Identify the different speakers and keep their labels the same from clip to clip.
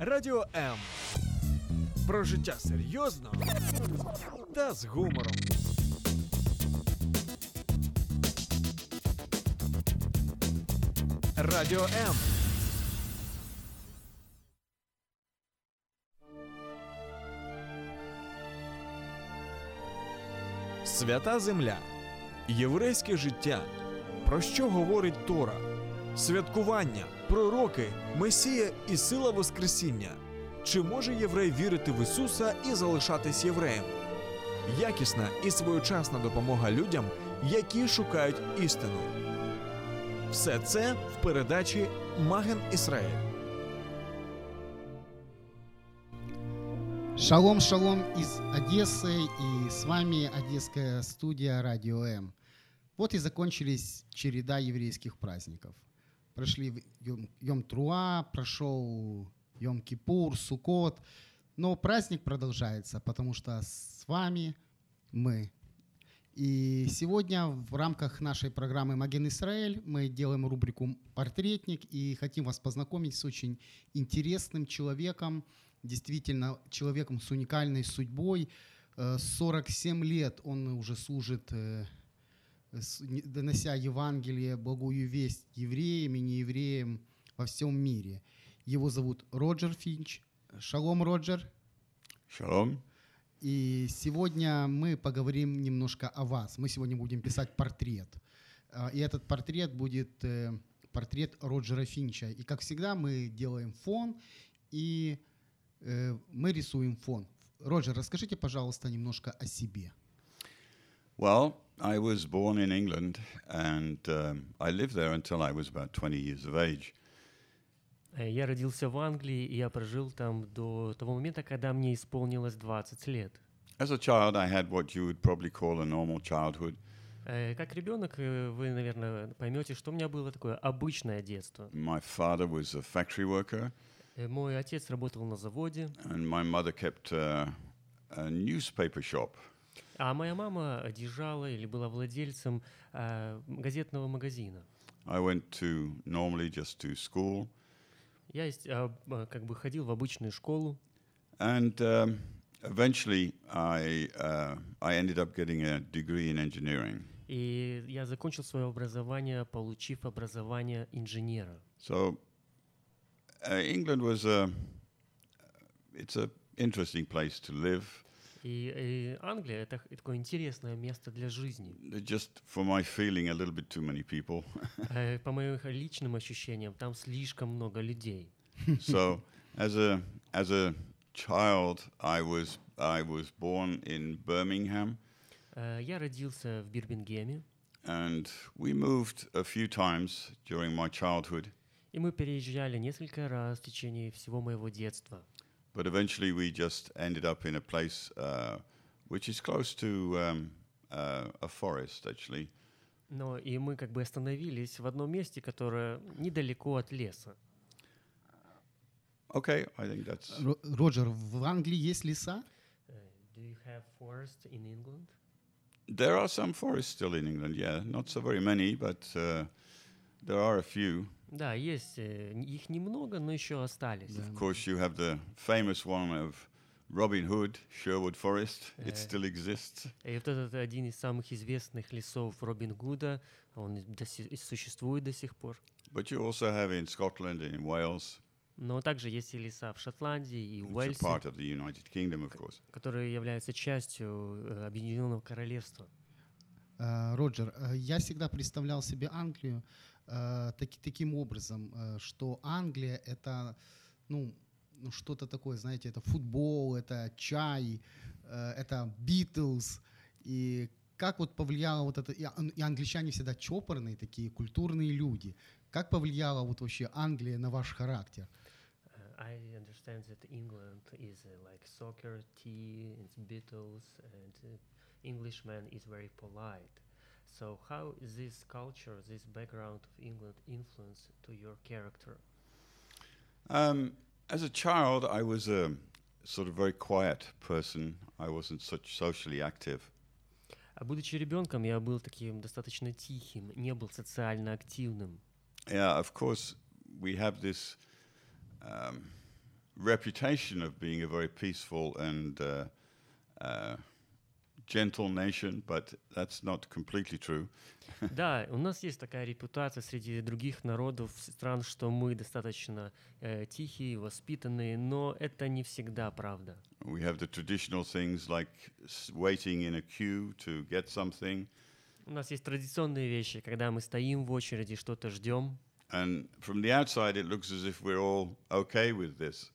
Speaker 1: Радіо М. Про життя серйозно та з гумором. Радіо М. Свята Земля. Єврейське життя. Про що говорить Тора? Святкування, пророки, Месія і сила Воскресіння. Чи може єврей вірити в Ісуса і залишатись євреєм? Якісна і своєчасна допомога людям, які шукають істину. Все це в передачі Маген Ісраїль.
Speaker 2: Шалом, шалом из Одессы, и с вами Одесская студия Радио М. Вот и закончились череда еврейских праздников. Прошли Йом Труа, прошел Йом Кипур, Сукот, но праздник продолжается, потому что с вами мы. И сегодня в рамках нашей программы «Маген Исраэль» мы делаем рубрику «Портретник» и хотим вас познакомить с очень интересным человеком, действительно человеком с уникальной судьбой. Э, 47 лет он уже служит, э, с- не- донося Евангелие, благую весть евреям и неевреям во всем мире. Его зовут Роджер Финч. Шалом, Роджер.
Speaker 3: Шалом.
Speaker 2: И сегодня мы поговорим немножко о вас. Мы сегодня будем писать портрет. А, И этот портрет будет э, портрет Роджера Финча. И как всегда мы делаем фон и э, мы рисуем фон. Роджер, расскажите, пожалуйста, немножко о себе.
Speaker 3: Well, I was born in England and um, I lived there until I was about 20 years of age.
Speaker 4: Э, Я родился в Англии, и я прожил там до того момента, когда мне исполнилось 20 лет.
Speaker 3: As a child, I had what you would probably call a normal childhood.
Speaker 4: Э, Как ребенок э, вы, наверное, поймете, что у меня было такое обычное детство.
Speaker 3: My father was a factory worker
Speaker 4: Э, Мой отец работал на заводе,
Speaker 3: and my mother kept uh, a newspaper shop.
Speaker 4: а моя мама держала или была владельцем э, газетного магазина.
Speaker 3: I went to normally just to school
Speaker 4: Я есть- а, а, как бы ходил в обычную школу,
Speaker 3: and um, eventually I, uh, I ended up getting a degree in engineering.
Speaker 4: и я закончил свое образование, получив образование инженера.
Speaker 3: So, uh, England was a. It's a interesting place to live.
Speaker 4: И, э, Англия — это х- такое интересное место для жизни.
Speaker 3: There Just for my feeling, a little bit too many people.
Speaker 4: Э, По моим личным ощущениям, там слишком много людей.
Speaker 3: so, as a as a child, I was I was born in Birmingham,
Speaker 4: Э, Я родился в Бирмингеме,
Speaker 3: and we moved a few times during my childhood.
Speaker 4: и мы переезжали несколько раз в течение всего моего детства.
Speaker 3: But eventually, we just ended up in a place uh, which is close to um, uh, a forest, actually.
Speaker 4: Но и мы как бы остановились в одном месте, которое недалеко от леса.
Speaker 3: Okay, I think that's.
Speaker 2: Ро- Роджер, в Англии есть леса?
Speaker 4: Э, Do you have forest in England?
Speaker 3: There are some forests still in England, yeah. Not so very many, but uh, there are a few.
Speaker 4: Да, есть. э, н- Их немного, но еще остались.
Speaker 3: Of course, you have the famous one of Robin Hood, Sherwood Forest.
Speaker 4: Uh,
Speaker 3: It still exists.
Speaker 4: И вот этот один из самых известных лесов Робин Гуда, он и до си- и существует до сих пор.
Speaker 3: But you also have in Scotland and in Wales,
Speaker 4: Но также есть и леса в Шотландии и
Speaker 3: which are
Speaker 4: Уэльсе,
Speaker 3: part of the United Kingdom, of course.
Speaker 4: которые являются частью э, Объединенного Королевства.
Speaker 2: Э, Роджер, э, я всегда представлял себе Англию э, таки- таким образом, э, что Англия это ну, ну что-то такое, знаете, это футбол, это чай, э, это Битлз. И как вот повлияло вот это, и ан- и англичане всегда чопорные такие, культурные люди. Как повлияла вот вообще Англия на ваш характер?
Speaker 4: Uh, I understand that England is uh, like soccer, tea, and Beatles, and uh, Englishman is very polite. So how this culture, this background of England influence to your character?
Speaker 3: Um, as a child, I was a sort of very quiet person. I wasn't such socially active.
Speaker 4: А будучи ребенком, я был таким достаточно тихим, не был социально активным.
Speaker 3: Yeah, of course, we have this um, reputation of being a very peaceful and uh, uh, gentle nation, but that's not completely true.
Speaker 4: Да, у нас есть такая репутация среди других народов, стран, что мы достаточно э, тихие, воспитанные, но это не всегда правда.
Speaker 3: We have the traditional things like s- waiting in a queue to get something.
Speaker 4: У нас есть традиционные вещи, когда мы стоим в очереди, что-то ждем,
Speaker 3: And from the outside, it looks as if we're all okay with this.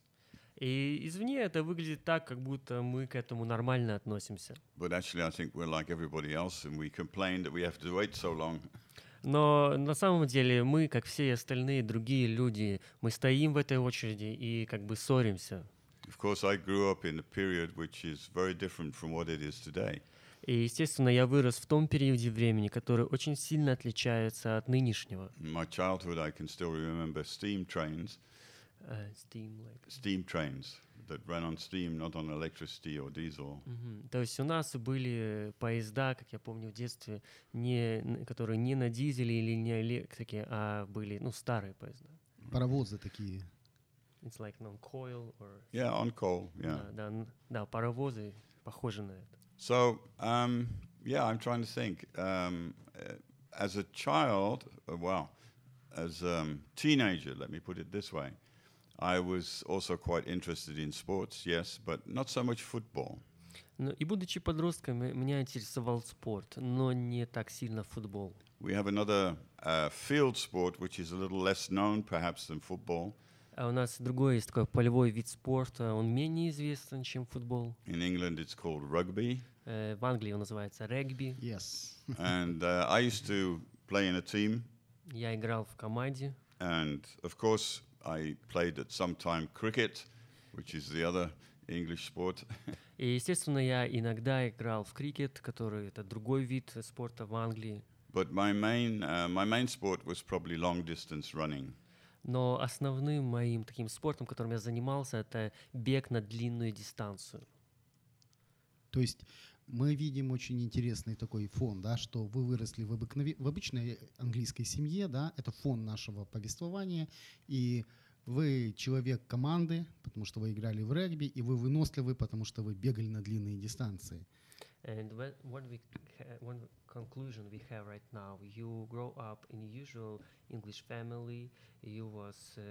Speaker 4: и извне это выглядит так, как будто мы к этому нормально относимся.
Speaker 3: But actually, I think we're like everybody else, and we complain that we have to wait so long.
Speaker 4: Но на самом деле мы, как все остальные другие люди, мы стоим в этой очереди и как бы ссоримся.
Speaker 3: Of course, I grew up in a period which is very different from what it is today.
Speaker 4: И, естественно, я вырос в том периоде времени, который очень сильно отличается от нынешнего.
Speaker 3: In my childhood, I can still remember steam trains,
Speaker 4: Э, Steam, like.
Speaker 3: steam trains that ran on steam, not on electricity or diesel.
Speaker 4: Мгм. То есть у нас были поезда, как я помню в детстве, не, н- которые не на дизеле или не электрике, а были, ну, старые поезда.
Speaker 2: Паровозы такие.
Speaker 4: It's like non-coil or- а,
Speaker 3: Yeah, on coal. Yeah.
Speaker 4: Да, да, н- да, паровозы похожи на это.
Speaker 3: So um, yeah, I'm trying to think. Um, uh, as a child, uh, well, as a um, teenager, let me put it this way, I was also quite interested in sports. Yes, but not so much football.
Speaker 4: Ну, и будучи подростком, э, меня интересовал спорт, но не так сильно футбол.
Speaker 3: We have another uh, field sport, which is a little less known, perhaps, than football.
Speaker 4: А у нас другой есть такой полевой вид спорта, он менее известен, чем футбол.
Speaker 3: In England, it's called rugby,
Speaker 4: Э, В Англии он называется регби.
Speaker 2: Yes.
Speaker 3: and uh, I used to play in a team.
Speaker 4: Я играл в команде.
Speaker 3: And of course, I played at some time cricket, which is the other English sport.
Speaker 4: И, естественно, я иногда играл в крикет, который это другой вид э, спорта в Англии.
Speaker 3: But my main, uh, my main sport was probably long distance running.
Speaker 4: Но основным моим таким спортом, которым я занимался, это бег на длинную дистанцию.
Speaker 2: То есть мы видим очень интересный такой фон, да, что вы выросли в, обыкнове- в обычной английской семье, да, это фон нашего повествования, и вы человек команды, потому что вы играли в регби, и вы выносливы, потому что вы бегали на длинные дистанции.
Speaker 4: And when, what we ca- one conclusion we have right now, you grow up in usual English family. You was uh,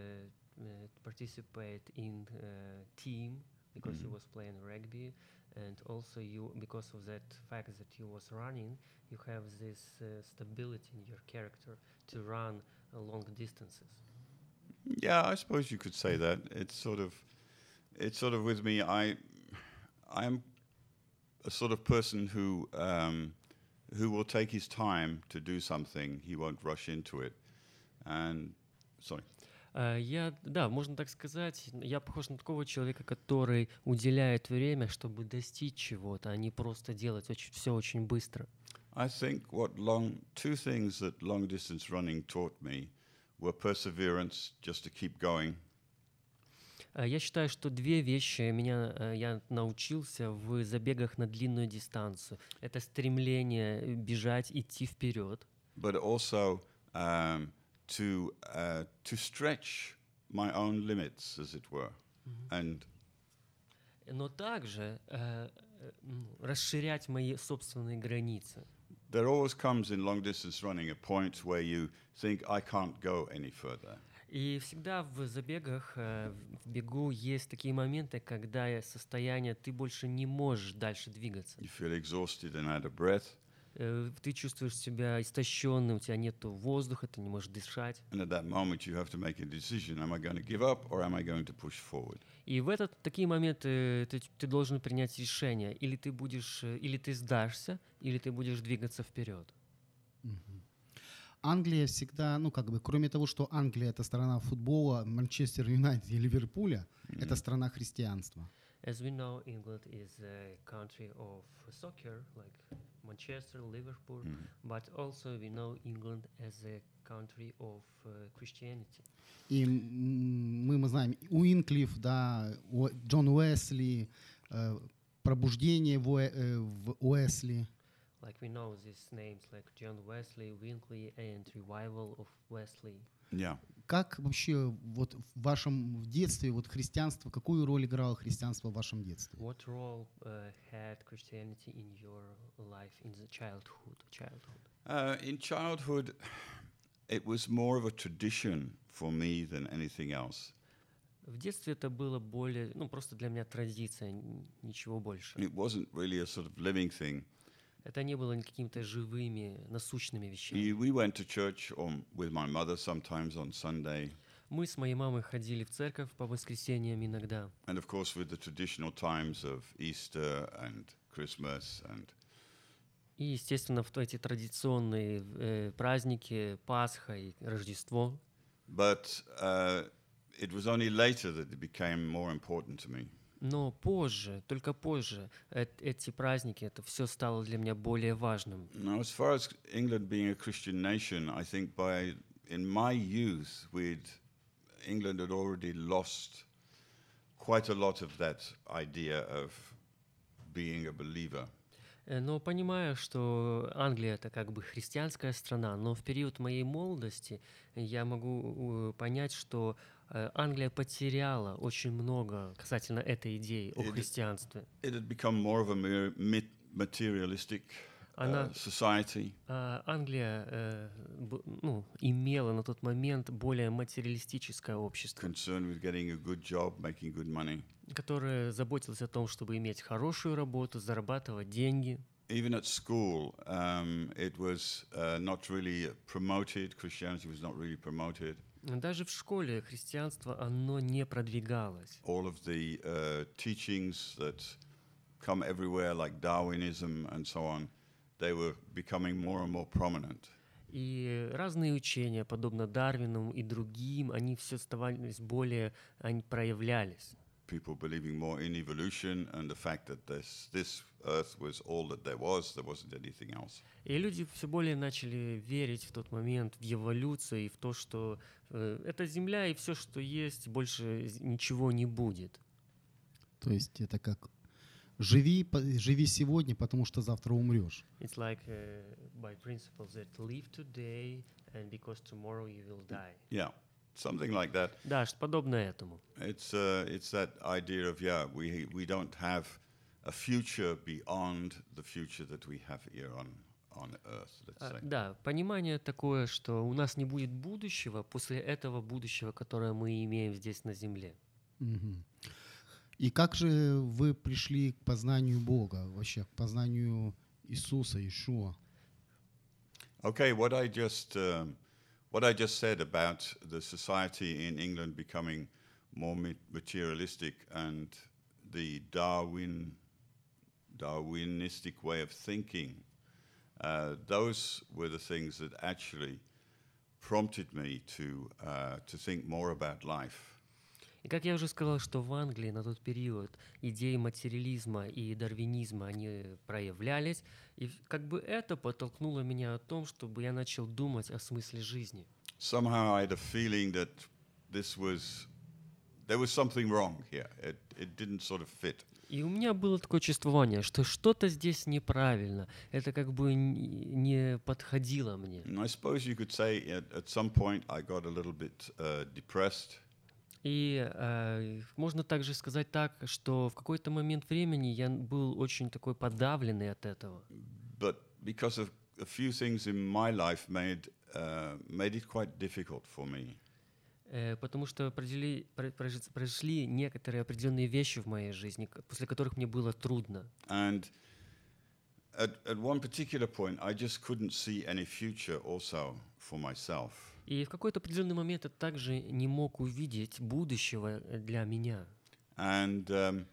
Speaker 4: uh, participate in uh, team because you was playing rugby, and also you because of that fact that you was running, you have this uh, stability in your character to run uh, long distances.
Speaker 3: Yeah, I suppose you could say that. It's sort of, it's sort of with me. I, I'm a sort of person who, um, who will take his time to do something. He won't rush into it. And sorry.
Speaker 4: А, Я, да, можно так сказать, н- я похож на такого человека, который уделяет время, чтобы достичь чего-то, а не просто делать очень, все очень быстро.
Speaker 3: I think what long two things that long distance running taught me were perseverance, just to keep going,
Speaker 4: А, Я считаю, что две вещи меня э, я научился в забегах на длинную дистанцию. Это стремление э, бежать, идти вперед,
Speaker 3: but also um, to uh, to stretch my own limits, as it were, and
Speaker 4: но также э, э, м, расширять мои собственные границы.
Speaker 3: there always comes in long distance running a point where you think I can't go any further.
Speaker 4: И всегда в забегах, э, в- в бегу есть такие моменты, когда э, состояние ты больше не можешь дальше двигаться.
Speaker 3: You feel exhausted and out of breath,
Speaker 4: Э, Ты чувствуешь себя истощенным, у тебя нет воздуха, ты не можешь дышать.
Speaker 3: and at that moment you have to make a decision: Am I going to give up or am I going to push forward?
Speaker 4: И в этот такие моменты ты, ты должен принять решение, или ты будешь, э, или ты сдашься, или ты будешь двигаться вперед.
Speaker 2: Англия всегда, ну как бы, кроме того, что Англия это страна футбола, Манчестер Юнайтед и Ливерпуля, это страна христианства.
Speaker 4: As we know, England is a country of soccer, like Manchester, Liverpool, but also we know England as a country of uh, Christianity.
Speaker 2: И м, мы, мы знаем Уинклиф, да, Уэ- Джон Уэсли, э, пробуждение в, Уэ- э, в Уэсли.
Speaker 4: Like we know these names like John Wesley, Winkley, and Revival of Wesley.
Speaker 3: Yeah.
Speaker 2: Как вообще вот в вашем в детстве вот христианство, какую роль играло христианство в вашем детстве?
Speaker 4: What role uh, had Christianity in your life in the childhood? Childhood.
Speaker 3: Uh, in childhood, it was more of a tradition for me than anything else.
Speaker 4: В детстве это было более, ну просто для меня традиция, н- ничего больше.
Speaker 3: It wasn't really a sort of living thing.
Speaker 4: Это не было ни какими-то живыми, насущными вещами.
Speaker 3: We, we went to church on, with my mother sometimes on Sunday,
Speaker 4: Мы с моей мамой ходили в церковь по воскресеньям иногда.
Speaker 3: and of course with the traditional times of Easter and Christmas and
Speaker 4: И, естественно, в т- эти традиционные э, праздники, Пасха и Рождество.
Speaker 3: But uh, it was only later that it became more important to me.
Speaker 4: Но позже, только позже, э- эти праздники, это все стало для меня более важным.
Speaker 3: Now, as far as England being a Christian nation, I think by in my youth, we'd England had already lost quite a lot of that idea of being a believer.
Speaker 4: Э, Но понимаю, что Англия это как бы христианская страна, но в период моей молодости я могу э, понять, что э, Англия потеряла очень много касательно этой идеи о
Speaker 3: Или-
Speaker 4: христианстве.
Speaker 3: It had become more of a mere mit- materialistic uh,
Speaker 4: Она,
Speaker 3: society.
Speaker 4: а, Англия э, б- ну, имела на тот момент более материалистическое общество,
Speaker 3: Concerned with getting a good job, making good money.
Speaker 4: которое заботилось о том, чтобы иметь хорошую работу, зарабатывать деньги.
Speaker 3: even at school, um, it was uh, not really promoted. Christianity was not really promoted.
Speaker 4: Даже в школе христианство, оно не продвигалось.
Speaker 3: All of the uh, teachings that come everywhere, like Darwinism and so on, they were becoming more and more prominent.
Speaker 4: И разные учения, подобно Дарвину и другим, они все становились более, они проявлялись.
Speaker 3: People believing more in evolution and the fact that this this Earth was all that there was. There wasn't anything else.
Speaker 4: И люди все более начали верить в тот момент в эволюцию и в то, что э, это Земля и все, что есть, больше з- ничего не будет.
Speaker 2: То есть это как живи, по- живи сегодня, потому что завтра умрешь.
Speaker 4: It's like э, by principle that live today and because tomorrow you will die.
Speaker 3: Yeah, something like that.
Speaker 4: Да, ш- подобно этому.
Speaker 3: It's uh, it's that idea of yeah, we we don't have a future beyond the future that we have here on on Earth. Let's
Speaker 4: А,
Speaker 3: say
Speaker 4: Да, понимание такое, что у нас не будет будущего после этого будущего, которое мы имеем здесь на Земле.
Speaker 2: Мгм. И как же вы пришли к познанию Бога, вообще к познанию Иисуса, Ишуа?
Speaker 3: okay. What I just um, what I just said about the society in England becoming more ma- materialistic and the Darwin Darwinistic way of thinking. Uh, those were the things that actually prompted me to uh, to think more about life.
Speaker 4: И как я уже сказал, что в Англии на тот период идеи материализма и дарвинизма, они проявлялись, и в- как бы это подтолкнуло меня о том, чтобы я начал думать о смысле жизни.
Speaker 3: somehow I had a feeling that this was there was something wrong here. It it didn't sort of fit.
Speaker 4: И у меня было такое чувствование, что что-то здесь неправильно, это как бы н- не подходило мне.
Speaker 3: And I suppose you could say at, at some point I got a little bit uh, depressed.
Speaker 4: И э, можно также сказать так, что в какой-то момент времени я н- был очень такой подавленный от этого.
Speaker 3: but because of a few things in my life made uh, made it quite difficult for me.
Speaker 4: Э, Потому что определи- пр- прожи- произошли некоторые определенные вещи в моей жизни, к- после которых мне было трудно.
Speaker 3: And at at one particular point, I just couldn't see any future also for myself.
Speaker 4: И в какой-то определенный момент я также не мог увидеть будущего э, для меня.
Speaker 3: And um,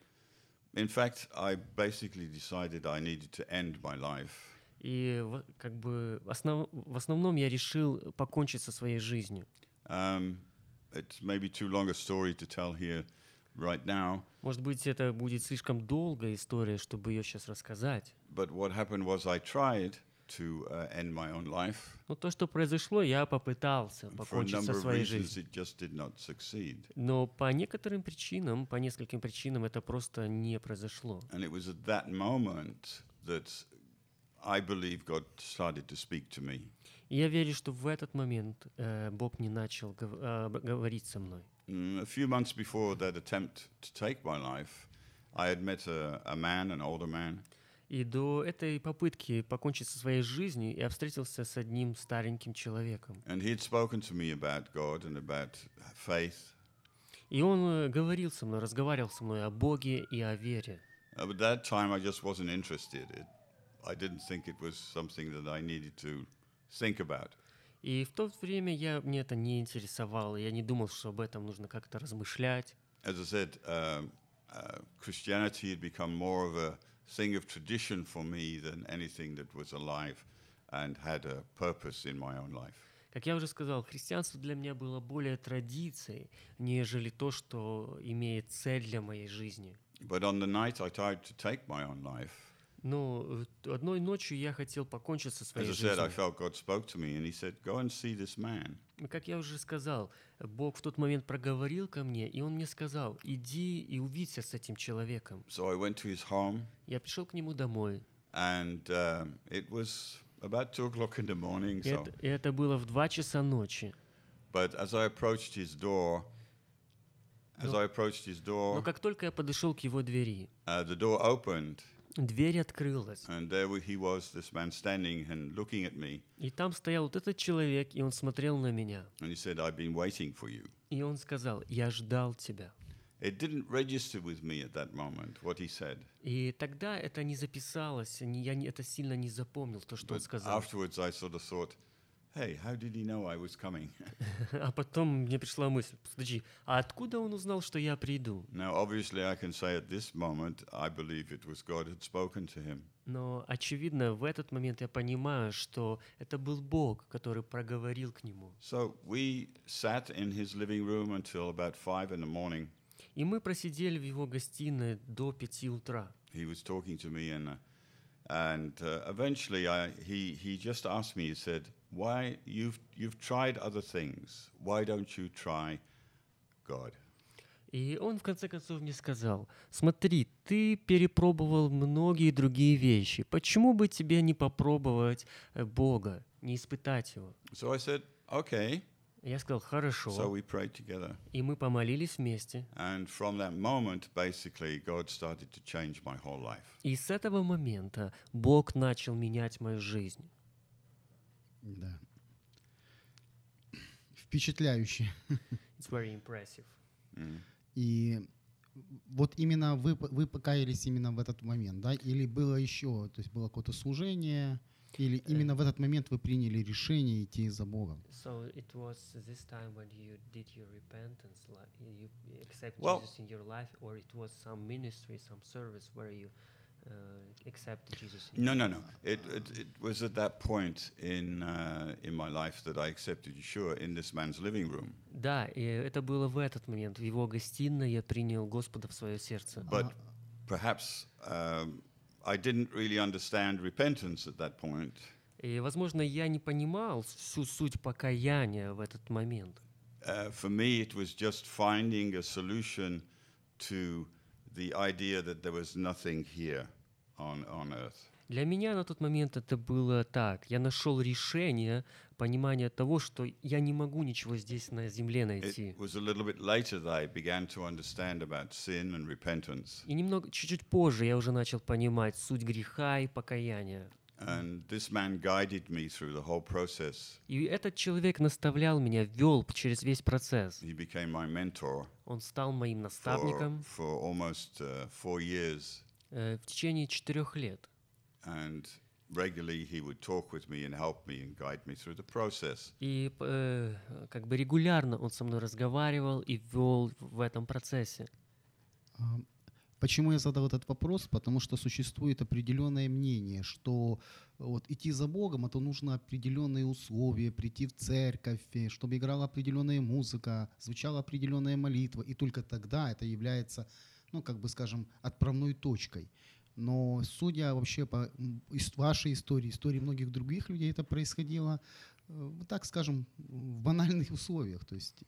Speaker 3: in fact, I basically decided I needed to end my life.
Speaker 4: И во- как бы основ- в основном я решил покончить со своей жизнью.
Speaker 3: Um, it's maybe too long a story to tell here right now,
Speaker 4: Может быть, это будет слишком долгая история, чтобы ее сейчас рассказать.
Speaker 3: but what happened was I tried to uh, end my own life.
Speaker 4: Но то, что произошло, я попытался
Speaker 3: and For a
Speaker 4: покончить
Speaker 3: number
Speaker 4: со
Speaker 3: of
Speaker 4: своей
Speaker 3: reasons,
Speaker 4: жизнью.
Speaker 3: it just did not succeed.
Speaker 4: Но по некоторым причинам, по нескольким причинам это просто не произошло.
Speaker 3: And it was at that moment that I believe God started to speak to me.
Speaker 4: И Я верю, что в этот момент э, Бог не начал гов- э, б- говорить со мной.
Speaker 3: Mm, a few months before that attempt to take my life, I had met a, a man, an older man,
Speaker 4: И до этой попытки покончить со своей жизнью я встретился с одним стареньким человеком.
Speaker 3: and he had spoken to me about God and about faith.
Speaker 4: И он э, говорил со мной, разговаривал со мной о Боге и о вере.
Speaker 3: Uh, but that time, I just wasn't interested. It, I didn't think it was something that I needed to think about.
Speaker 4: И в то время я, мне это не интересовало, я не думал, что об этом нужно как-то размышлять.
Speaker 3: As I said, um, uh, Christianity had become more of a thing of tradition for me than anything that was alive and had a purpose in my own life.
Speaker 4: Как я уже сказал, христианство для меня было более традицией, нежели то, что имеет цель для моей жизни.
Speaker 3: But on the night I tried to take my own life,
Speaker 4: Но э, т- одной ночью я хотел покончить со
Speaker 3: as
Speaker 4: своей
Speaker 3: I said, I
Speaker 4: жизнью.
Speaker 3: felt God spoke to me and He said, Go and see this man.
Speaker 4: И Как я уже сказал, Бог в тот момент проговорил ко мне, и Он мне сказал, иди и увидься с этим человеком.
Speaker 3: So I went to his home,
Speaker 4: Я пришел к нему домой.
Speaker 3: and um, it was about two o'clock in the morning.
Speaker 4: И
Speaker 3: So,
Speaker 4: это, и это было в 2 часа ночи.
Speaker 3: but as I approached his door, as I approached his
Speaker 4: Но
Speaker 3: door,
Speaker 4: как только я подошел к его двери,
Speaker 3: uh, the door opened,
Speaker 4: дверь открылась.
Speaker 3: and there wa- he was, this man standing and looking at me,
Speaker 4: И там стоял вот этот человек, и он смотрел на меня.
Speaker 3: and he said, "I've been waiting for you."
Speaker 4: И он сказал, я ждал тебя.
Speaker 3: It didn't register with me at that moment what he said,
Speaker 4: И тогда это не записалось, не- я не- это сильно не запомнил, то, что он
Speaker 3: but
Speaker 4: сказал.
Speaker 3: afterwards I sort of thought, "Hey, how did he know I was coming?"
Speaker 4: А потом мне пришла мысль, подожди, а откуда он узнал, что я приду?
Speaker 3: Now, obviously, I can say at this moment, I believe it was God had spoken to him.
Speaker 4: Но, очевидно, в этот момент я понимаю, что это был Бог, который проговорил к нему.
Speaker 3: So we sat in his living room until about five in the morning.
Speaker 4: И мы просидели в его гостиной до пяти утра.
Speaker 3: He was talking to me, and uh, and uh, eventually, I he he just asked me. He said, "Why you've you've tried other things? Why don't you try God?"
Speaker 4: И он, в конце концов, мне сказал, смотри, ты перепробовал многие другие вещи, почему бы тебе не попробовать э, Бога, не испытать его?
Speaker 3: So I said, "Okay."
Speaker 4: Я сказал, хорошо.
Speaker 3: So we prayed together,
Speaker 4: И мы помолились вместе.
Speaker 3: and from that moment, basically, God started to change my whole life.
Speaker 4: И с этого момента Бог начал менять мою жизнь.
Speaker 2: Да. Впечатляюще.
Speaker 4: It's very impressive.
Speaker 3: Mm.
Speaker 2: И вот именно вы, п- вы покаялись именно в этот момент, да? Или было еще, то есть было какое-то служение, или именно в этот момент вы приняли решение идти за Богом?
Speaker 4: So it was this time when you did your repentance, like you accept
Speaker 3: Well-
Speaker 4: Jesus in your life, or it was some ministry, some service where you uh, accepted Jesus. in
Speaker 3: No, no,
Speaker 4: your
Speaker 3: no.
Speaker 4: life?
Speaker 3: It, it, it was at that point in, uh, in my life that I accepted Yeshua in this man's living room.
Speaker 4: Да, и это было в этот момент. В его гостиной я принял Господа в свое сердце.
Speaker 3: But perhaps um, I didn't really understand repentance at that point.
Speaker 4: И, возможно, я не понимал всю суть покаяния в этот момент.
Speaker 3: Uh, for me, it was just finding a solution to the idea that there was nothing here on, on earth.
Speaker 4: Для меня на тот момент это было так. Я нашел решение, понимание того, что я не могу ничего здесь на земле найти.
Speaker 3: It was a little bit later that I began to understand about sin and repentance.
Speaker 4: И немного, чуть-чуть позже я уже начал понимать суть греха и покаяния.
Speaker 3: And this man guided me through the whole process.
Speaker 4: И этот человек наставлял меня, вел через весь процесс.
Speaker 3: He became my mentor.
Speaker 4: Он стал моим
Speaker 3: for,
Speaker 4: наставником
Speaker 3: for almost uh, four years,
Speaker 4: э, в течение четырех лет.
Speaker 3: and regularly he would talk with me and help me and guide me through the process.
Speaker 4: И п- э, как бы регулярно он со мной разговаривал и вел в этом процессе.
Speaker 2: А, Почему я задал этот вопрос? Потому что существует определенное мнение, что э, вот идти за Богом, это нужно определенные условия, прийти в церковь, э, чтобы играла определенная музыка, звучала определенная молитва, и только тогда это является, ну, как бы скажем, отправной точкой. Но судя вообще по м, ис- вашей истории, истории многих других людей, это происходило, э, вот так скажем, в банальных условиях, то есть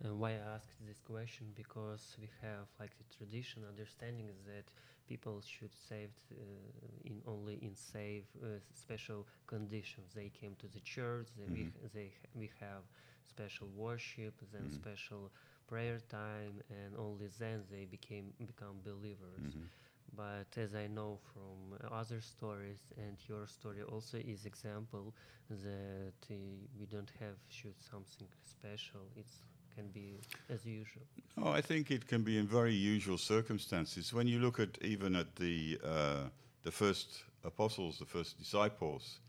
Speaker 4: Uh, why I asked this question because we have like the tradition understanding that people should save uh, in only in safe uh, special conditions. They came to the church. They we,
Speaker 3: Mhm.
Speaker 4: they we have special worship, then
Speaker 3: Mhm.
Speaker 4: special prayer time, and only then they became become believers.
Speaker 3: Mhm.
Speaker 4: But as I know from uh, other stories, and your story also is example that uh, we don't have shoot something special. It can be as usual.
Speaker 3: Oh, I think it can be in very usual circumstances. When you look at even at the uh, the first apostles, the first disciples,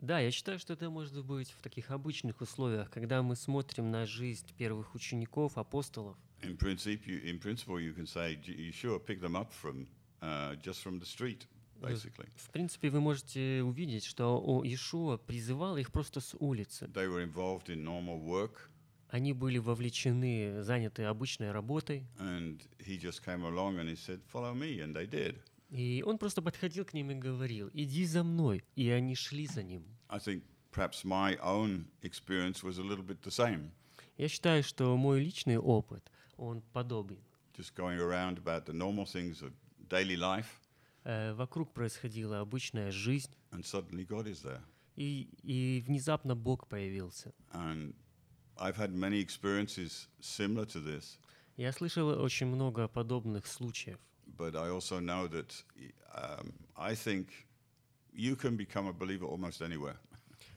Speaker 4: Да, я считаю, что это может быть в таких обычных условиях, когда мы смотрим на жизнь первых учеников, apostles.
Speaker 3: in principle, you, in principle, you can say "J- Yeshua picked them up from uh, just from the street,
Speaker 4: Yes.
Speaker 3: basically.
Speaker 4: В принципе, вы можете увидеть, что о, Иешуа призывал их просто с улицы.
Speaker 3: They were involved in normal work,
Speaker 4: Они были вовлечены, заняты обычной работой,
Speaker 3: and he just came along and he said, "Follow me," and they did.
Speaker 4: и он просто подходил к ним и говорил, иди за мной, и они шли за ним.
Speaker 3: I think perhaps my own experience was a little bit the same,
Speaker 4: Я считаю, что мой личный опыт, он подобен.
Speaker 3: just going around about the normal things of daily life,
Speaker 4: Э, Вокруг происходила обычная жизнь,
Speaker 3: and suddenly God is there.
Speaker 4: и, и внезапно Бог появился.
Speaker 3: And I've had many experiences similar to this,
Speaker 4: Я слышал очень много подобных случаев.
Speaker 3: but I also know that um, I think you can become a believer almost anywhere.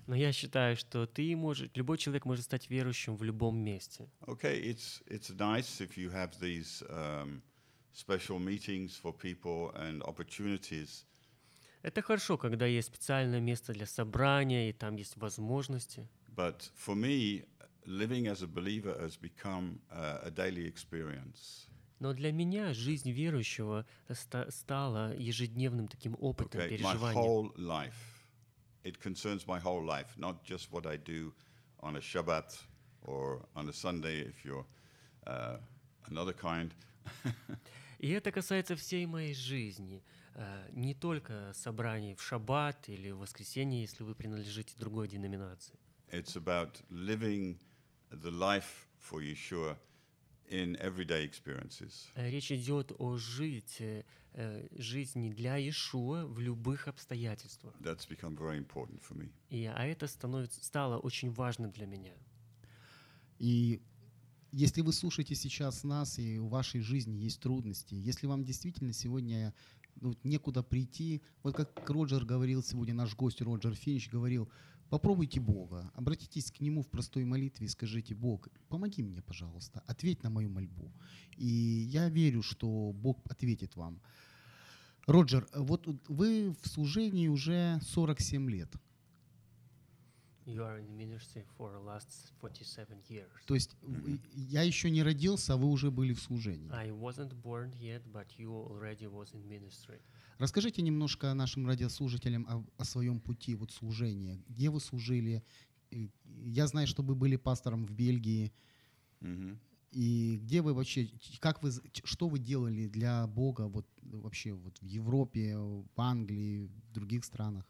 Speaker 4: Но я считаю, что ты можешь, любой человек может стать верующим в любом месте.
Speaker 3: Okay, it's it's nice if you have these um, special meetings for people and opportunities,
Speaker 4: Это хорошо, когда есть специальное место для собрания, и там есть возможности.
Speaker 3: but for me, living as a believer has become uh, a daily experience.
Speaker 4: Но для меня жизнь верующего ста- стала ежедневным таким опытом,
Speaker 3: Okay, my
Speaker 4: переживанием.
Speaker 3: whole life. It concerns my whole life, not just what I do on a Shabbat or on a Sunday if you're uh, another kind.
Speaker 4: И это касается всей моей жизни, э, не только собраний в шаббат или в воскресенье, если вы принадлежите другой деноминации.
Speaker 3: It's about living the life for Yeshua in everyday experiences.
Speaker 4: Э, Речь идет о жить, э, э, жизни для Иешуа в любых обстоятельствах.
Speaker 3: That's become very important for me.
Speaker 4: И, а это становится, стало очень важным для меня.
Speaker 2: И если вы слушаете сейчас нас, и у вашей жизни есть трудности, если вам действительно сегодня ну, некуда прийти, вот как Роджер говорил сегодня, наш гость Роджер Финч говорил, попробуйте Бога, обратитесь к Нему в простой молитве и скажите, Бог, помоги мне, пожалуйста, ответь на мою мольбу. И я верю, что Бог ответит вам. Роджер, вот вы в служении уже 47 лет.
Speaker 4: You are in ministry for the last 47 years.
Speaker 2: То есть в- я еще не родился, а вы уже были в служении.
Speaker 4: I wasn't born yet, but you already was in ministry.
Speaker 2: Расскажите немножко нашим радиослушателям о, о своем пути вот служения. Где вы служили? Э, Я знаю, что вы были пастором в Бельгии.
Speaker 3: hmm
Speaker 2: И где вы вообще, ч- как вы, з- ч- что вы делали для Бога вот э, вообще вот в Европе, в Англии, в других странах?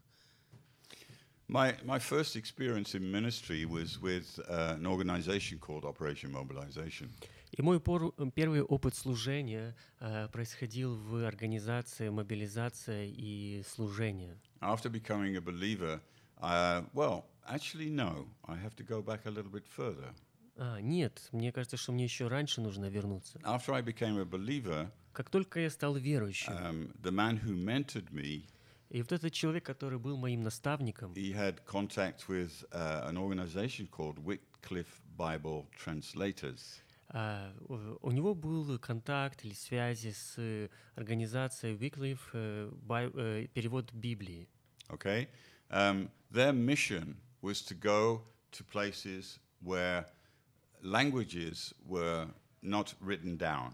Speaker 3: My, my first experience in ministry was with uh, an organization called Operation Mobilization.
Speaker 4: И мой пору- э, первый опыт служения э, происходил в организации мобилизация и служение.
Speaker 3: After becoming a believer, uh, well, actually, no. I have to go back a little bit further.
Speaker 4: А, нет, мне кажется, что мне еще раньше нужно вернуться.
Speaker 3: After I became a believer,
Speaker 4: Как только я стал верующим,
Speaker 3: um, the man who mentored me,
Speaker 4: и вот этот человек, который был моим наставником,
Speaker 3: he had contact with uh, an organization called Wycliffe Bible Translators.
Speaker 4: а, у у него был контакт или связи с э, организацией Wycliffe э, Бай- э, перевод Библии.
Speaker 3: Okay, um, their mission was to go to places where languages were not written down.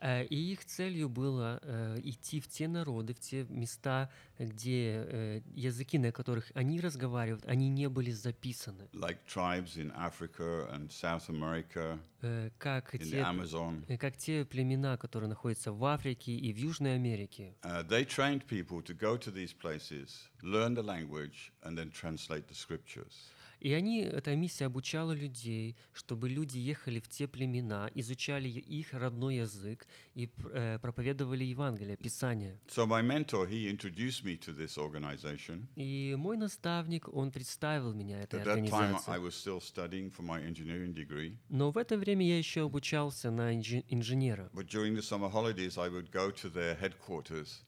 Speaker 4: Э, И их целью было э, идти в те народы, в те места, где э, языки, на которых они разговаривают, они не были записаны.
Speaker 3: Like tribes in Africa and South America,
Speaker 4: Э, Как
Speaker 3: in the
Speaker 4: те,
Speaker 3: Amazon.
Speaker 4: э, как те племена, которые находятся в Африке и в Южной Америке.
Speaker 3: Uh, they trained people to go to these places, learn the language, and then translate the scriptures.
Speaker 4: И они, эта миссия обучала людей, чтобы люди ехали в те племена, изучали их родной язык и пр- э, проповедовали Евангелие, Писание.
Speaker 3: So my mentor, he introduced me to this organization.
Speaker 4: И мой наставник, он представил меня этой
Speaker 3: At that time, I
Speaker 4: организации.
Speaker 3: was still studying for my engineering degree.
Speaker 4: Но в это время я еще обучался на инжи- инженера.
Speaker 3: But during the summer holidays, I would go to their headquarters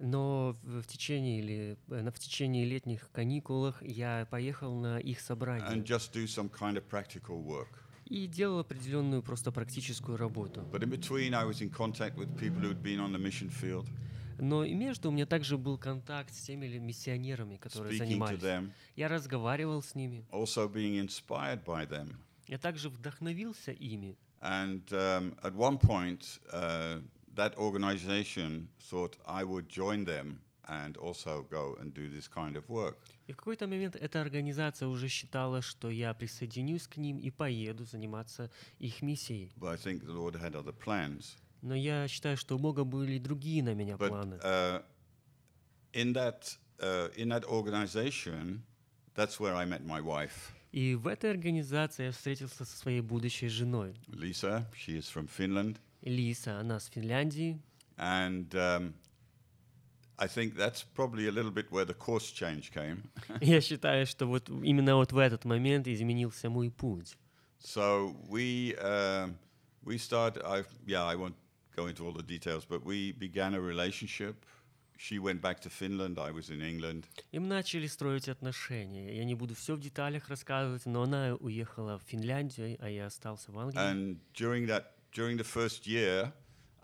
Speaker 4: Но в, в течение или э, на- в течение летних каникулах я поехал на их собрание
Speaker 3: and just do some kind of practical work.
Speaker 4: и делал определенную просто практическую работу.
Speaker 3: But in between, I was in contact with people who'd been on the mission field,
Speaker 4: Но и между у меня также был контакт с теми ли миссионерами, которые
Speaker 3: speaking to
Speaker 4: занимались.
Speaker 3: them,
Speaker 4: Я разговаривал с ними.
Speaker 3: also being inspired by them.
Speaker 4: Я также вдохновился ими.
Speaker 3: And um, at one point, uh, that organization thought I would join them and also go and do this kind of work.
Speaker 4: И в какой-то момент эта организация уже считала, что я присоединюсь к ним и поеду заниматься их миссией.
Speaker 3: But I think the Lord had other plans.
Speaker 4: Но я считаю, что у Бога были другие на меня
Speaker 3: But
Speaker 4: планы.
Speaker 3: uh, in that uh, in that organization, that's where I met my wife,
Speaker 4: И в этой организации я встретился со своей будущей женой.
Speaker 3: Lisa. She is from Finland,
Speaker 4: Лиса, она с Финляндии.
Speaker 3: and um, I think that's probably a little bit where the course change came.
Speaker 4: Я считаю, что вот именно вот в этот момент изменился мой путь.
Speaker 3: So we um, we started. I yeah, I won't go into all the details, but we began a relationship. She went back to Finland. I was in England,
Speaker 4: И мы начали строить отношения. Я не буду все в деталях рассказывать, но она уехала в Финляндию, а я остался в Англии.
Speaker 3: and during that during the first year,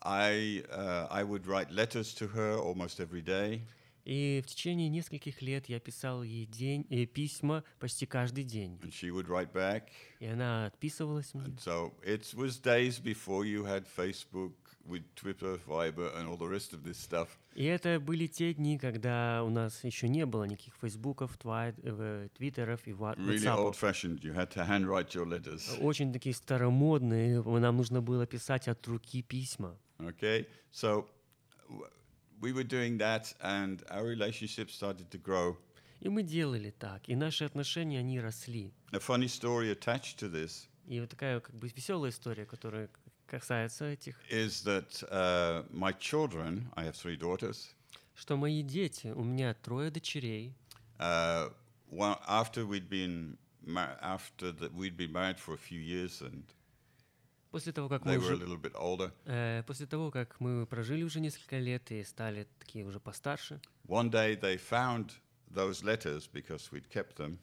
Speaker 3: I uh, I would write letters to her almost every day.
Speaker 4: И в течение нескольких лет я писал ей день, э, письма почти каждый день.
Speaker 3: and she would write back.
Speaker 4: И она отписывалась мне.
Speaker 3: And so it was days before you had Facebook with Twitter, Viber, and all the rest of this stuff.
Speaker 4: И это были те дни, когда у нас еще не было никаких фейсбуков, твай- э, твиттеров и ва-
Speaker 3: Really
Speaker 4: ватсапов.
Speaker 3: old-fashioned. You had to handwrite your letters.
Speaker 4: Очень такие старомодные. Нам нужно было писать от руки письма.
Speaker 3: Okay, so w- we were doing that, and our relationship started to grow.
Speaker 4: И мы делали так. И наши отношения, они росли.
Speaker 3: A funny story attached to this
Speaker 4: И вот такая как бы веселая история, которая к- касается этих,
Speaker 3: is that uh, my children, I have three daughters.
Speaker 4: что мои дети, у меня трое дочерей,
Speaker 3: Uh, one, after we'd been ma- after that we'd been married for a few years, and
Speaker 4: после того, как мы
Speaker 3: they were a
Speaker 4: уже,
Speaker 3: little bit older.
Speaker 4: э, после того, как мы прожили уже несколько лет и стали такие уже постарше,
Speaker 3: One day they found those letters because we'd kept them,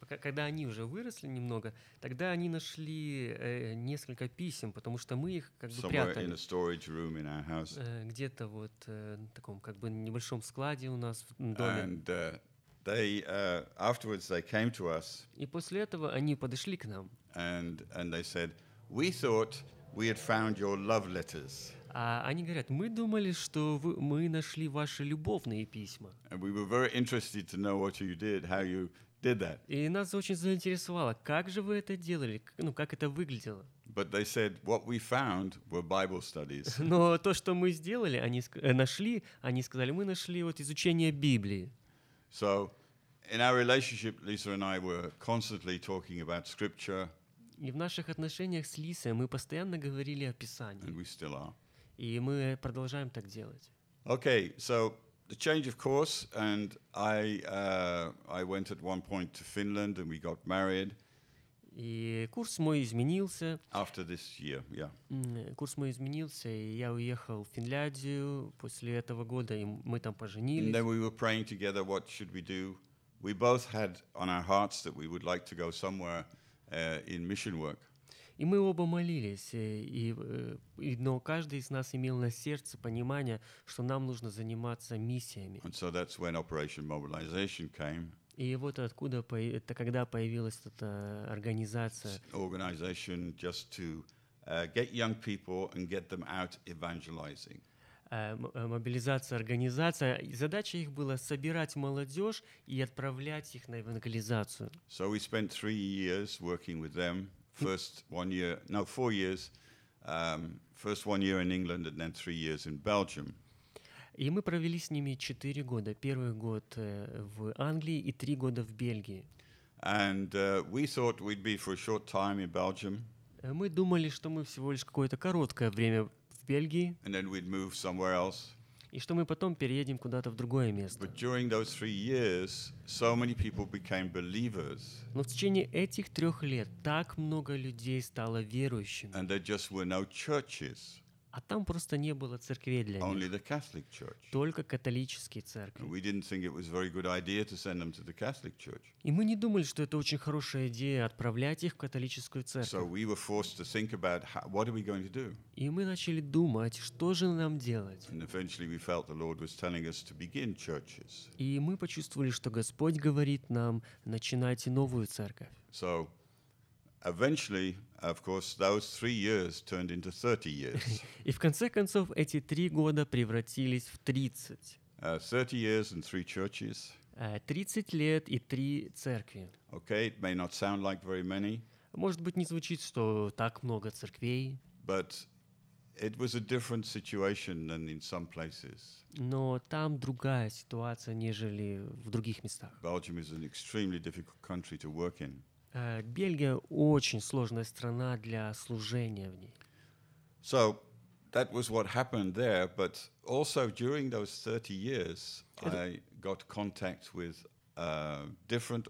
Speaker 4: пока- когда они уже выросли немного, тогда они нашли э, несколько писем, потому что мы их как бы
Speaker 3: somewhere in
Speaker 4: прятали.
Speaker 3: a storage room in our house.
Speaker 4: э, Где-то вот э, на таком как бы небольшом складе у нас в доме.
Speaker 3: And uh, they uh, afterwards they came to us
Speaker 4: И после этого они подошли к нам,
Speaker 3: and and they said, "We thought we had found your love letters."
Speaker 4: а они говорят, мы думали, что вы, мы нашли ваши любовные письма.
Speaker 3: And we were very interested to know what you did, how you did that.
Speaker 4: И нас очень заинтересовало, как же вы это делали, к- ну как это выглядело.
Speaker 3: But they said what we found were Bible studies.
Speaker 4: Но то, что мы сделали, они ск- э, нашли, они сказали, мы нашли вот изучение Библии.
Speaker 3: so in our relationship, Lisa and I were constantly talking about Scripture,
Speaker 4: И в наших отношениях с Лисой мы постоянно говорили о Писании.
Speaker 3: and we still are.
Speaker 4: И мы продолжаем так делать.
Speaker 3: Okay, so the change of course, and I uh, I went at one point to Finland, and we got married
Speaker 4: И курс мой изменился,
Speaker 3: after this year. Yeah,
Speaker 4: м, курс мой изменился, и я уехал в Финляндию после этого года, и мы там
Speaker 3: and
Speaker 4: поженились.
Speaker 3: then we were praying together. What should we do? We both had on our hearts that we would like to go somewhere uh, in mission work.
Speaker 4: И мы оба молились, э, и, э, и- но каждый из нас имел на сердце понимание, что нам нужно заниматься миссиями.
Speaker 3: And so that's when Operation Mobilization came,
Speaker 4: И вот откуда, пое- это когда появилась эта организация.
Speaker 3: organization just to uh, get young people and get them out evangelizing.
Speaker 4: э, м- э, мобилизация, организация. И задача их была собирать молодежь и отправлять их на евангелизацию.
Speaker 3: So we spent three years working with them. First one year, no, four years. Um, first one year in England and then three years in Belgium.
Speaker 4: И мы провели с ними четыре года. Первый год э, в Англии и три года в Бельгии.
Speaker 3: And uh, we thought we'd be for a short time in Belgium
Speaker 4: Э, Мы думали, что мы всего лишь какое-то короткое время в Бельгии,
Speaker 3: and then we'd move somewhere else.
Speaker 4: и что мы потом переедем куда-то в другое место.
Speaker 3: But during those three years, so many people became believers
Speaker 4: Но в течение этих трех лет так много людей стало верующими,
Speaker 3: and there just were no churches,
Speaker 4: а там просто не было церквей для них,
Speaker 3: only the Catholic Church.
Speaker 4: только католические
Speaker 3: And
Speaker 4: церкви.
Speaker 3: we didn't think it was a very good idea to send them to the Catholic Church.
Speaker 4: И мы не думали, что это очень хорошая идея отправлять их в католическую
Speaker 3: So
Speaker 4: церковь.
Speaker 3: we were forced to think about how, what are we going to do?
Speaker 4: И мы начали думать, что же нам делать.
Speaker 3: And eventually we felt the Lord was telling us to begin churches.
Speaker 4: И мы почувствовали, что Господь говорит нам, начинайте новую церковь.
Speaker 3: So eventually, of course, those three years turned into 30 years.
Speaker 4: И в конце концов эти три года превратились в 30.
Speaker 3: uh, 30 years and three churches.
Speaker 4: Э, 30 лет и три церкви.
Speaker 3: Okay, it may not sound like very many,
Speaker 4: Может быть, не звучит, что так много церквей,
Speaker 3: but it was a different situation than in some places.
Speaker 4: но там другая ситуация, нежели в других местах.
Speaker 3: Belgium is an extremely difficult country to work in.
Speaker 4: Э, Бельгия очень сложная страна для служения в ней.
Speaker 3: So that was what happened there. But also during those 30 years, I got contact with uh, different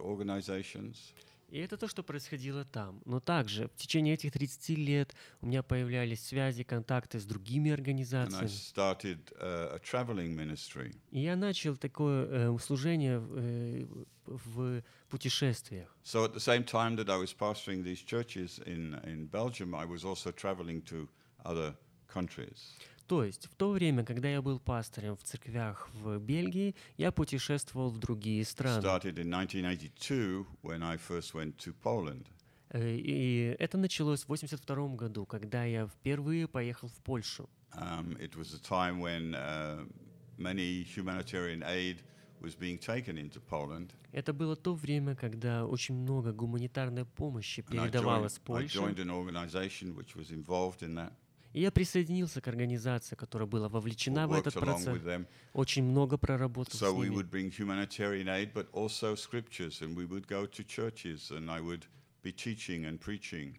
Speaker 3: organizations.
Speaker 4: И это то, что происходило там. Но также в течение этих 30 лет у меня появлялись связи, контакты с другими
Speaker 3: And I
Speaker 4: организациями.
Speaker 3: started uh, a traveling ministry.
Speaker 4: И я начал такое э, служение в, э, в путешествиях.
Speaker 3: So at the same time that I was pastoring these churches in, in Belgium, I was also traveling to other countries.
Speaker 4: То есть в то время, когда я был пастором в церквях в Бельгии, я путешествовал в другие страны.
Speaker 3: Started in 1982 when I first went to Poland.
Speaker 4: Э, И это началось в 1982 году, когда я впервые поехал в Польшу.
Speaker 3: Um, it was a time when uh, many humanitarian aid was being taken into Poland.
Speaker 4: Это было то время, когда очень много гуманитарной помощи
Speaker 3: And I joined,
Speaker 4: передавалось
Speaker 3: I
Speaker 4: Польше.
Speaker 3: joined an organization which was involved in that,
Speaker 4: И я присоединился к организации, которая была вовлечена в
Speaker 3: worked
Speaker 4: этот
Speaker 3: along
Speaker 4: процесс.
Speaker 3: with them.
Speaker 4: Очень много проработал
Speaker 3: So
Speaker 4: с
Speaker 3: we
Speaker 4: ними.
Speaker 3: would bring humanitarian aid, but also scriptures, and we would go to churches, and I would be teaching and preaching.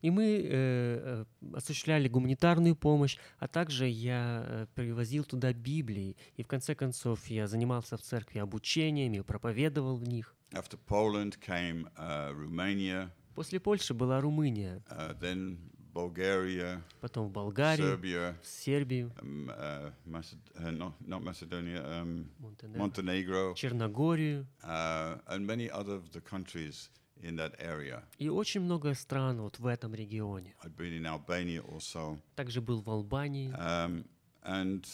Speaker 4: И мы э, э, осуществляли гуманитарную помощь, а также я э, привозил туда Библии. И в конце концов я занимался в церкви обучением и проповедовал в них.
Speaker 3: After Poland came uh, Romania,
Speaker 4: После Польши была Румыния,
Speaker 3: uh, then Bulgaria,
Speaker 4: потом в Болгарию,
Speaker 3: Serbia,
Speaker 4: в Сербию,
Speaker 3: um, uh, Maced- uh, not, not Macedonia, um,
Speaker 4: Монтенегро,
Speaker 3: Montenegro,
Speaker 4: Черногорию.
Speaker 3: uh, and many other of the countries in that area.
Speaker 4: И очень много стран вот в этом регионе.
Speaker 3: I'd been in Albania also.
Speaker 4: Также был в Албании.
Speaker 3: Um, and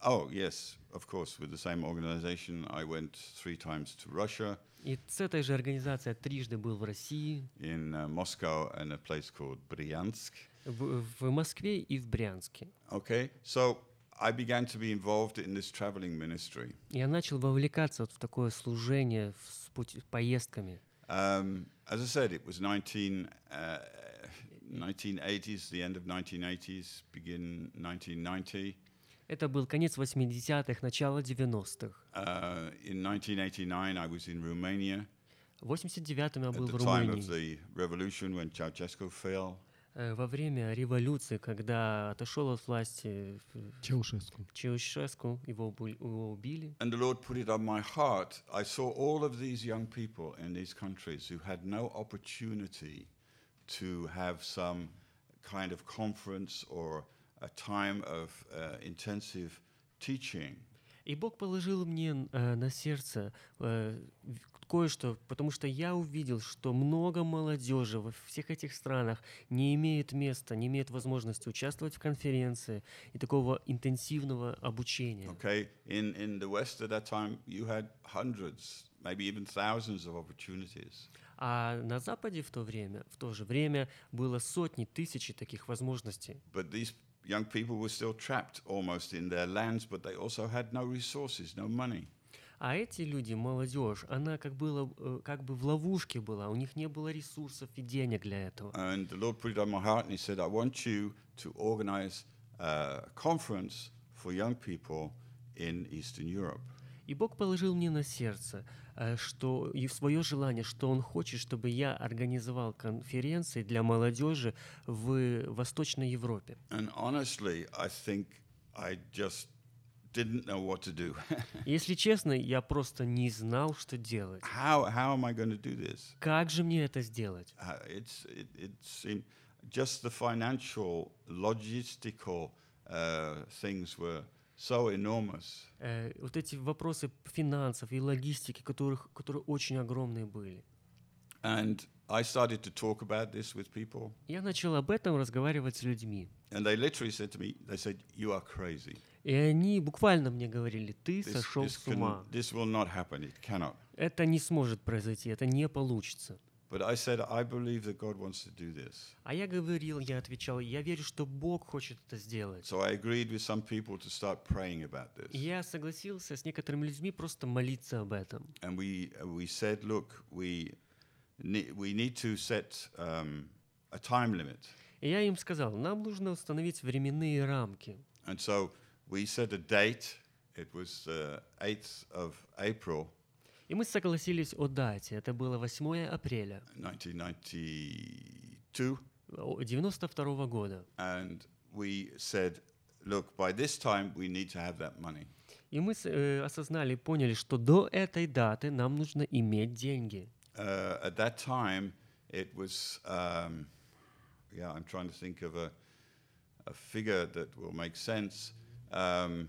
Speaker 3: oh, yes, of course, with the same organization, I went three times to Russia,
Speaker 4: И с этой же организацией я трижды был в России,
Speaker 3: in uh, Moscow, and a place called Bryansk.
Speaker 4: в, в Москве и в Брянске.
Speaker 3: Okay, so I began to be involved in this traveling ministry.
Speaker 4: Я начал вовлекаться вот в такое служение в- с пути- поездками.
Speaker 3: Um, as I said, it was 19, uh, 1980s, the end of 1980s, begin 1990.
Speaker 4: Это был конец 80-х, начало 90-х.
Speaker 3: Uh, in 1989, I was in Romania
Speaker 4: В 89-м я был
Speaker 3: at
Speaker 4: в
Speaker 3: the time
Speaker 4: Румынии.
Speaker 3: of the revolution when Ceausescu fell.
Speaker 4: Э, Во время революции, когда отошел от власти э,
Speaker 2: Чаушеску.
Speaker 4: Чаушеску, его, убу- его убили.
Speaker 3: And the Lord put it on my heart. I saw all of these young people in these countries who had no opportunity to have some kind of conference or a time of uh, intensive teaching.
Speaker 4: И Бог положил мне э, на сердце э, в- кое-что, потому что я увидел, что много молодежи во всех этих странах не имеет места, не имеет возможности участвовать в конференции и такого интенсивного обучения.
Speaker 3: Okay, in, in the West at that time, you had hundreds, maybe even thousands of opportunities.
Speaker 4: А на Западе в то время, в то же время было сотни, тысячи таких возможностей.
Speaker 3: But these young people were still trapped almost in their lands, but they also had no resources, no money.
Speaker 4: А эти люди, молодежь, она как, было, э, как бы в ловушке была, у них не было ресурсов и денег для этого.
Speaker 3: And the Lord put it on my heart, and He said, I want you to organize uh, a conference for young people in Eastern Europe.
Speaker 4: И Бог положил мне на сердце э, что и свое желание, что он хочет, чтобы я организовал конференции для молодежи в Восточной Европе.
Speaker 3: And honestly, I think I just didn't know what to do.
Speaker 4: Если честно, я просто не знал, что делать.
Speaker 3: how how am I going to do this?
Speaker 4: Как же мне это сделать?
Speaker 3: Uh, it's it, it seemed just the financial logistical uh, things were so enormous.
Speaker 4: Э, вот эти вопросы финансов и логистики, которых, которые очень огромные были.
Speaker 3: And I started to talk about this with people,
Speaker 4: Я начал об этом разговаривать с людьми.
Speaker 3: and they literally said to me, "They said you are crazy.
Speaker 4: И они буквально мне говорили, ты
Speaker 3: This,
Speaker 4: сошел
Speaker 3: this
Speaker 4: с
Speaker 3: can-
Speaker 4: ума.
Speaker 3: this will not happen. It cannot."
Speaker 4: Это не сможет произойти, это не получится.
Speaker 3: But I said, "I believe that God wants to do this."
Speaker 4: А я говорил, я отвечал, я верю, что Бог хочет это сделать.
Speaker 3: So I agreed with some people to start praying about this.
Speaker 4: И я согласился с некоторыми людьми просто молиться об этом.
Speaker 3: and we uh, we said, look, we ne- we need to set um, a time limit,
Speaker 4: И я им сказал, нам нужно установить временные рамки.
Speaker 3: and so we set a date. It was the eighth of April,
Speaker 4: И мы согласились о дате. Это было 8 апреля
Speaker 3: nineteen ninety two,
Speaker 4: о- 92 года.
Speaker 3: and we said, look, by this time we need to have that money.
Speaker 4: И мы с- э, осознали, поняли, что до этой даты нам нужно иметь деньги.
Speaker 3: Uh, at that time, it was um, yeah. I'm trying to think of a a figure that will make sense. Um,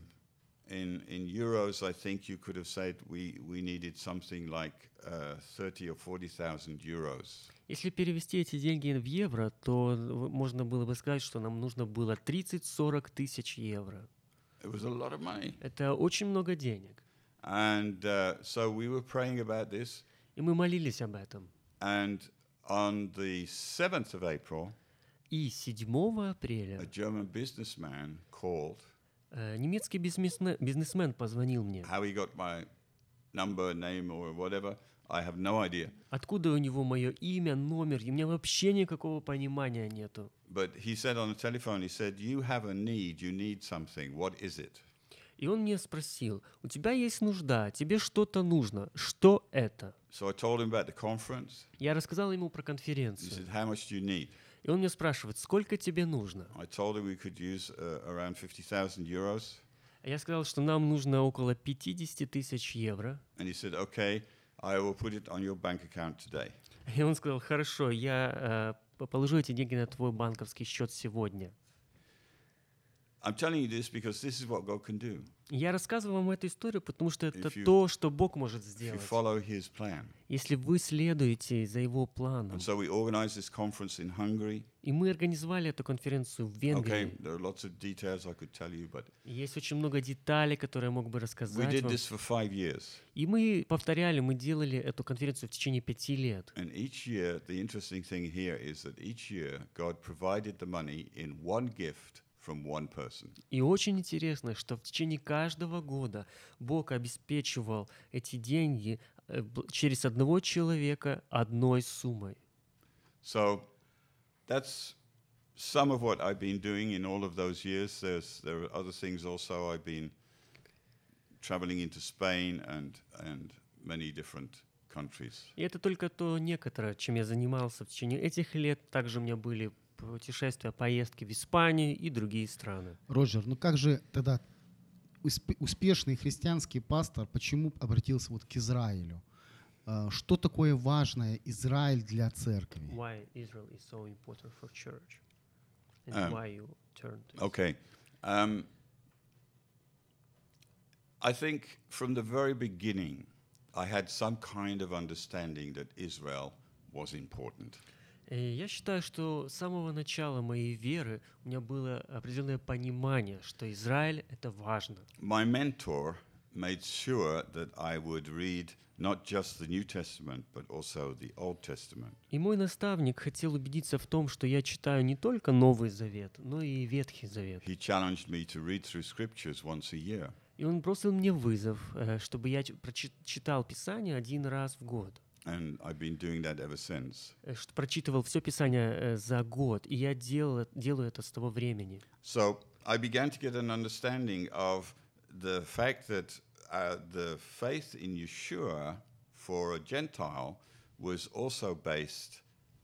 Speaker 3: in in euros, I think you could have said we we needed something like uh, thirty or forty thousand euros.
Speaker 4: Если перевести эти деньги в евро, то в- можно было бы сказать, что нам нужно было 30-40 тысяч евро.
Speaker 3: It was a lot of money,
Speaker 4: Это очень много денег.
Speaker 3: and uh, so we were praying about this.
Speaker 4: И мы молились об этом.
Speaker 3: And on the seventh of April,
Speaker 4: И 7
Speaker 3: a
Speaker 4: апреля
Speaker 3: German businessman called.
Speaker 4: э, немецкий бизнесмен, бизнесмен позвонил мне.
Speaker 3: How he got my number, name, or whatever, I have no idea.
Speaker 4: Откуда у него мое имя, номер? И у меня вообще никакого понимания нету.
Speaker 3: But he said on the telephone, he said, You have a need, you need something. What is it?
Speaker 4: И он мне спросил, у тебя есть нужда, тебе что-то нужно, что это?
Speaker 3: So I told him about the conference.
Speaker 4: Я рассказал ему про
Speaker 3: He
Speaker 4: конференцию.
Speaker 3: said, How much do you need?
Speaker 4: И он мне спрашивает, сколько тебе нужно?
Speaker 3: I told him we could use uh, around 50,000 euros.
Speaker 4: А Я сказал, что нам нужно около 50 тысяч евро.
Speaker 3: And he said, Okay, I will put it on your bank account today.
Speaker 4: И он сказал, хорошо, я э, п- положу эти деньги на твой банковский счет сегодня.
Speaker 3: I'm telling you this because this is what God can do
Speaker 4: Я рассказываю вам эту историю, потому что это
Speaker 3: If you-
Speaker 4: то, что Бог может
Speaker 3: if you
Speaker 4: сделать,
Speaker 3: follow His plan.
Speaker 4: если вы следуете за Его планом.
Speaker 3: And so we organized this conference in Hungary.
Speaker 4: И мы организовали эту конференцию в
Speaker 3: Okay,
Speaker 4: Венгрии.
Speaker 3: there are lots of details I could tell you, but
Speaker 4: Есть очень много деталей, которые я мог бы
Speaker 3: we
Speaker 4: рассказать
Speaker 3: did
Speaker 4: вам.
Speaker 3: this for five years.
Speaker 4: И мы повторяли, мы делали эту конференцию в течение пяти лет.
Speaker 3: And each year, the interesting thing here is that each year God provided the money in one gift from one person.
Speaker 4: И очень интересно, что в течение каждого года Бог обеспечивал эти деньги э, бл- через одного человека одной суммой.
Speaker 3: So that's some of what I've been doing in all of those years. There's, there are other things also. I've been traveling into Spain and, and many different countries.
Speaker 4: И это только то некоторое, чем я занимался в течение этих лет. Также у меня были путешествия, поездки в Испанию и другие страны.
Speaker 2: Роджер, ну как же тогда усп- успешный христианский пастор, почему обратился вот к Израилю? Э, Что такое важное Израиль для церкви?
Speaker 4: Why Israel is so important for church? And
Speaker 3: Um,
Speaker 4: why you turned to
Speaker 3: Okay. Um, I think from the very beginning, I had some kind of understanding that Israel was important.
Speaker 4: Э, Я считаю, что с самого начала моей веры у меня было определенное понимание, что Израиль — это важно.
Speaker 3: My mentor made sure that I would read not just the New Testament, but also the Old Testament.
Speaker 4: И мой наставник хотел убедиться в том, что я читаю не только Новый Завет, но и Ветхий Завет.
Speaker 3: He challenged me to read through scriptures once a year.
Speaker 4: И он бросил мне вызов, э, чтобы я ч- прочи- читал Писание один раз в год.
Speaker 3: And I've been doing that ever since.
Speaker 4: Э, что Прочитывал все Писание э, за год, и я делал, э- делаю это с того времени.
Speaker 3: So I began to get an understanding of the fact that uh, the faith in Yeshua for a Gentile was also based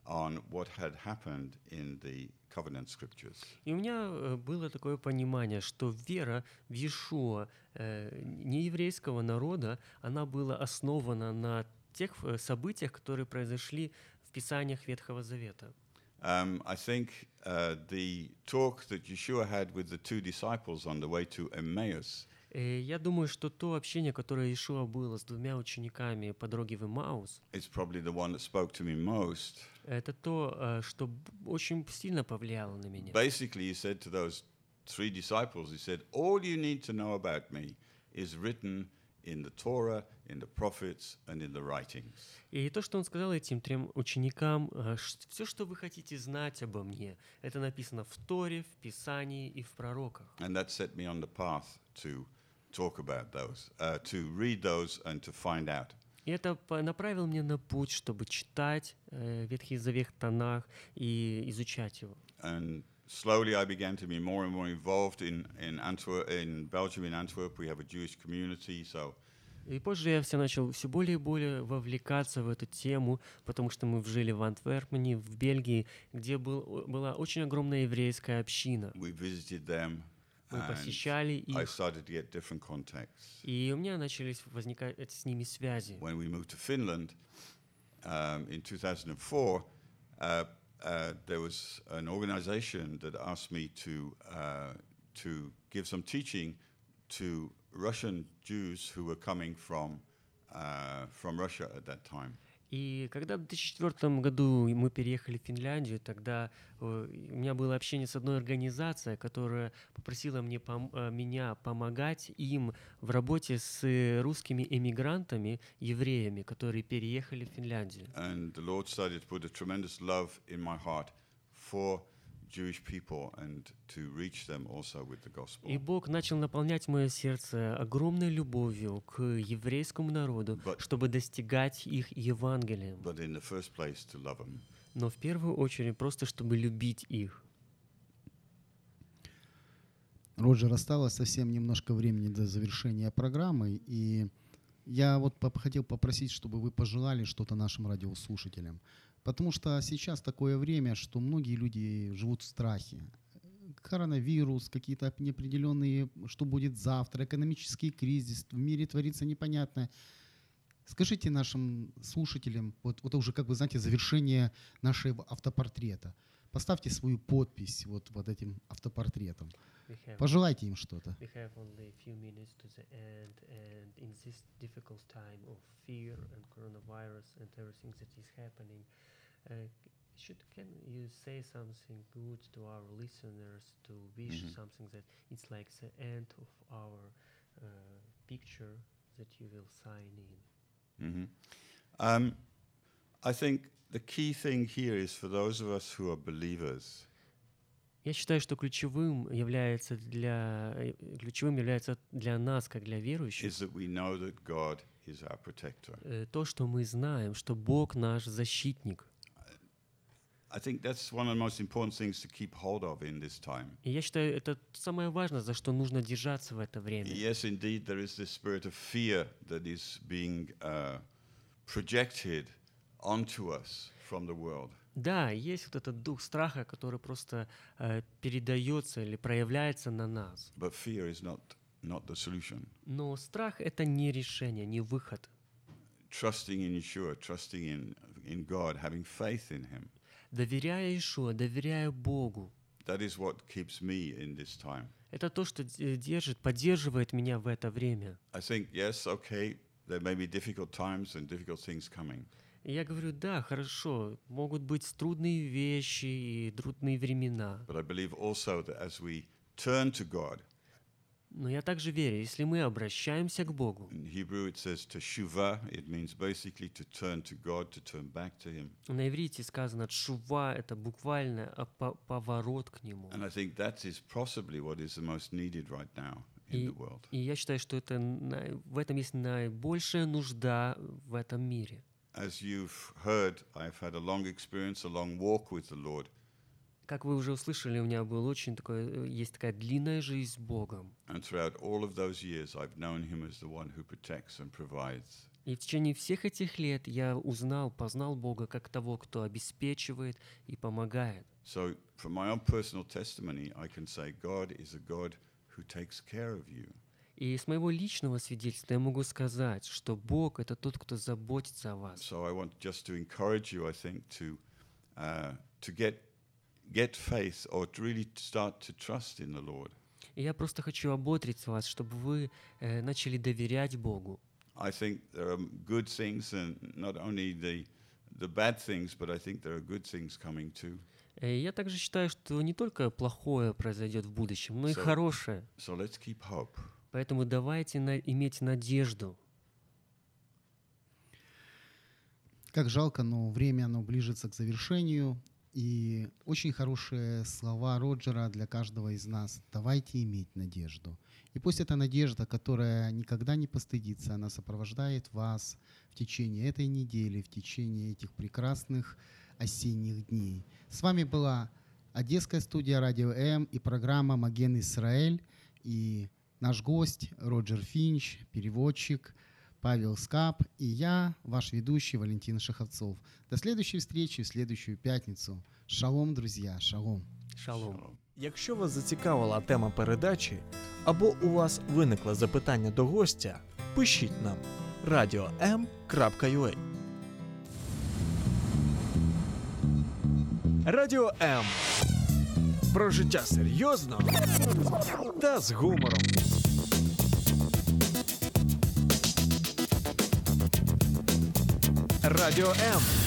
Speaker 3: on what had happened in the covenant scriptures.
Speaker 4: И у меня э, было такое понимание, что вера в Иешуа э, нееврейского народа, она была основана на тех э, событиях, которые произошли в Писаниях Ветхого Завета.
Speaker 3: Um, I think uh, the talk that Yeshua had with the two disciples on the way to Emmaus
Speaker 4: Э, я думаю, что то общение, которое Иешуа было с двумя учениками по дороге в Имаус,
Speaker 3: is probably the one that spoke to me most.
Speaker 4: это то, э, что б- очень сильно повлияло на меня.
Speaker 3: Basically, he said to those three disciples, he said, All you need to know about me is written in the Torah, in the prophets, and in the writings.
Speaker 4: И то, что он сказал этим трем ученикам, все, что вы хотите знать обо мне, это написано в Торе, в Писании и в пророках.
Speaker 3: And that set me on the path to talk about those, uh, to read those, and to find out.
Speaker 4: И это по- направило меня на путь, чтобы читать э, Ветхий Завет Танах и изучать его.
Speaker 3: and slowly I began to be more and more involved in in Antwerp, in Belgium, in Antwerp. We have a Jewish community, so
Speaker 4: И позже я все начал все более и более вовлекаться в эту тему, потому что мы жили в Антверпене, в Бельгии, где был, была очень огромная еврейская община.
Speaker 3: we visited them.
Speaker 4: Мы
Speaker 3: And
Speaker 4: посещали
Speaker 3: I
Speaker 4: их,
Speaker 3: started to get different contacts.
Speaker 4: и у меня начались возникать э, с ними связи.
Speaker 3: When we moved to Finland um, in 2004, uh, uh, there was an organization that asked me to uh, to give some teaching to Russian Jews who were coming from uh, from Russia at that time.
Speaker 4: И когда в 2004 году мы переехали в Финляндию, тогда э, у меня было общение с одной организацией, которая попросила мне пом- э, меня помогать им в работе с э, русскими эмигрантами, евреями, которые переехали в Финляндию.
Speaker 3: and the Lord started to put a tremendous love in my heart for Jewish people and to reach them also with the gospel.
Speaker 4: И Бог начал наполнять мое сердце огромной любовью к еврейскому народу,
Speaker 3: But-
Speaker 4: чтобы достигать их Евангелием.
Speaker 3: But in the first place, to love them.
Speaker 4: Но в первую очередь просто, чтобы любить их.
Speaker 2: Роджер, осталось совсем немножко времени до завершения программы, и я вот поп- хотел попросить, чтобы вы пожелали что-то нашим радиослушателям. Потому что сейчас такое время, что многие люди живут в страхе. Коронавирус, какие-то оп- неопределенные, что будет завтра, экономический кризис, в мире творится непонятное. Скажите нашим слушателям, вот, вот уже как бы, знаете, завершение нашего автопортрета. Поставьте свою подпись вот под этим автопортретом.
Speaker 4: We have-
Speaker 2: Пожелайте им что-то.
Speaker 4: We have only a few minutes to the end, and in this difficult time of fear and coronavirus and everything that is happening, uh, c- should can you say something good to our listeners to wish
Speaker 3: Mhm.
Speaker 4: something that it's like the end of our uh, picture that you will sign in?
Speaker 3: hmm Um, I think the key thing here is for those of us who are believers,
Speaker 4: Я считаю, что ключевым является для э, ключевым является для нас, как для верующих, э,
Speaker 3: is that we know that God is our protector.
Speaker 4: то, что мы знаем, что Бог наш защитник.
Speaker 3: I think that's one of the most important things to keep hold of in this time.
Speaker 4: И я считаю, это самое важное, за что нужно держаться в это время.
Speaker 3: Yes, indeed, there is this spirit of fear that is being uh, projected onto us from the world.
Speaker 4: Да, есть вот этот дух страха, который просто э, передается или проявляется на нас.
Speaker 3: But fear is not, not the solution.
Speaker 4: Но страх это не решение, не выход.
Speaker 3: Trusting in Yeshua, trusting in, in God, having faith in Him,
Speaker 4: Доверяя Ишуа, доверяя Богу.
Speaker 3: that is what keeps me in this time.
Speaker 4: Это то, что д- держит, поддерживает меня в это время.
Speaker 3: I think, yes, okay, there may be difficult times and difficult things coming,
Speaker 4: И я говорю, да, хорошо, могут быть трудные вещи и трудные времена.
Speaker 3: but I believe also that as we turn to God,
Speaker 4: Но я также верю, если мы обращаемся к Богу,
Speaker 3: in Hebrew it says teshuva, it means basically to turn to God, to turn back to Him.
Speaker 4: На иврите сказано «чува» — это буквально а, по- поворот к нему.
Speaker 3: And I think that is possibly what is the most needed right now in the world.
Speaker 4: И я считаю, что это най- в этом есть наибольшая нужда в этом мире.
Speaker 3: As you've heard, I've had a long experience, a long walk with the Lord.
Speaker 4: Как вы уже услышали, у меня был очень такой, э, есть такая длинная жизнь с Богом.
Speaker 3: And throughout all of those years, I've known him as the one who protects and provides.
Speaker 4: И И в течение всех этих лет я узнал, познал Бога как того, кто обеспечивает и помогает.
Speaker 3: So, from my own personal testimony, I can say God is a God who takes care of you.
Speaker 4: И с моего личного свидетельства я могу сказать, что Бог — это тот, кто заботится о вас.
Speaker 3: So, I want just to encourage you, I think, to uh, to get get faith or to really start to trust in the Lord.
Speaker 4: И я просто хочу ободрить вас, чтобы вы э, начали доверять Богу.
Speaker 3: I think there are good things, and not only the the bad things, but I think there are good things coming too.
Speaker 4: Э, я также считаю, что не только плохое произойдет в будущем, но и
Speaker 3: So-
Speaker 4: хорошее.
Speaker 3: So let's keep hope.
Speaker 4: Поэтому давайте на- иметь надежду.
Speaker 2: Как жалко, но время оно ближется к завершению. И очень хорошие слова Роджера для каждого из нас. Давайте иметь надежду. И пусть эта надежда, которая никогда не постыдится, она сопровождает вас в течение этой недели, в течение этих прекрасных осенних дней. С вами была Одесская студия Радио М и программа «Маген Израиль». И наш гость Роджер Финч, переводчик – Павел Скап и я, ваш ведущий Валентин Шаховцов. До следующей встречи в следующую пятницу. Шалом, друзья, шалом.
Speaker 4: Шалом.
Speaker 1: Якщо вас зацікавила тема передачі або у вас виникло запитання до гостя, пишіть нам radio.m.ua Радіо М. Про життя серйозно та з гумором. Радіо М.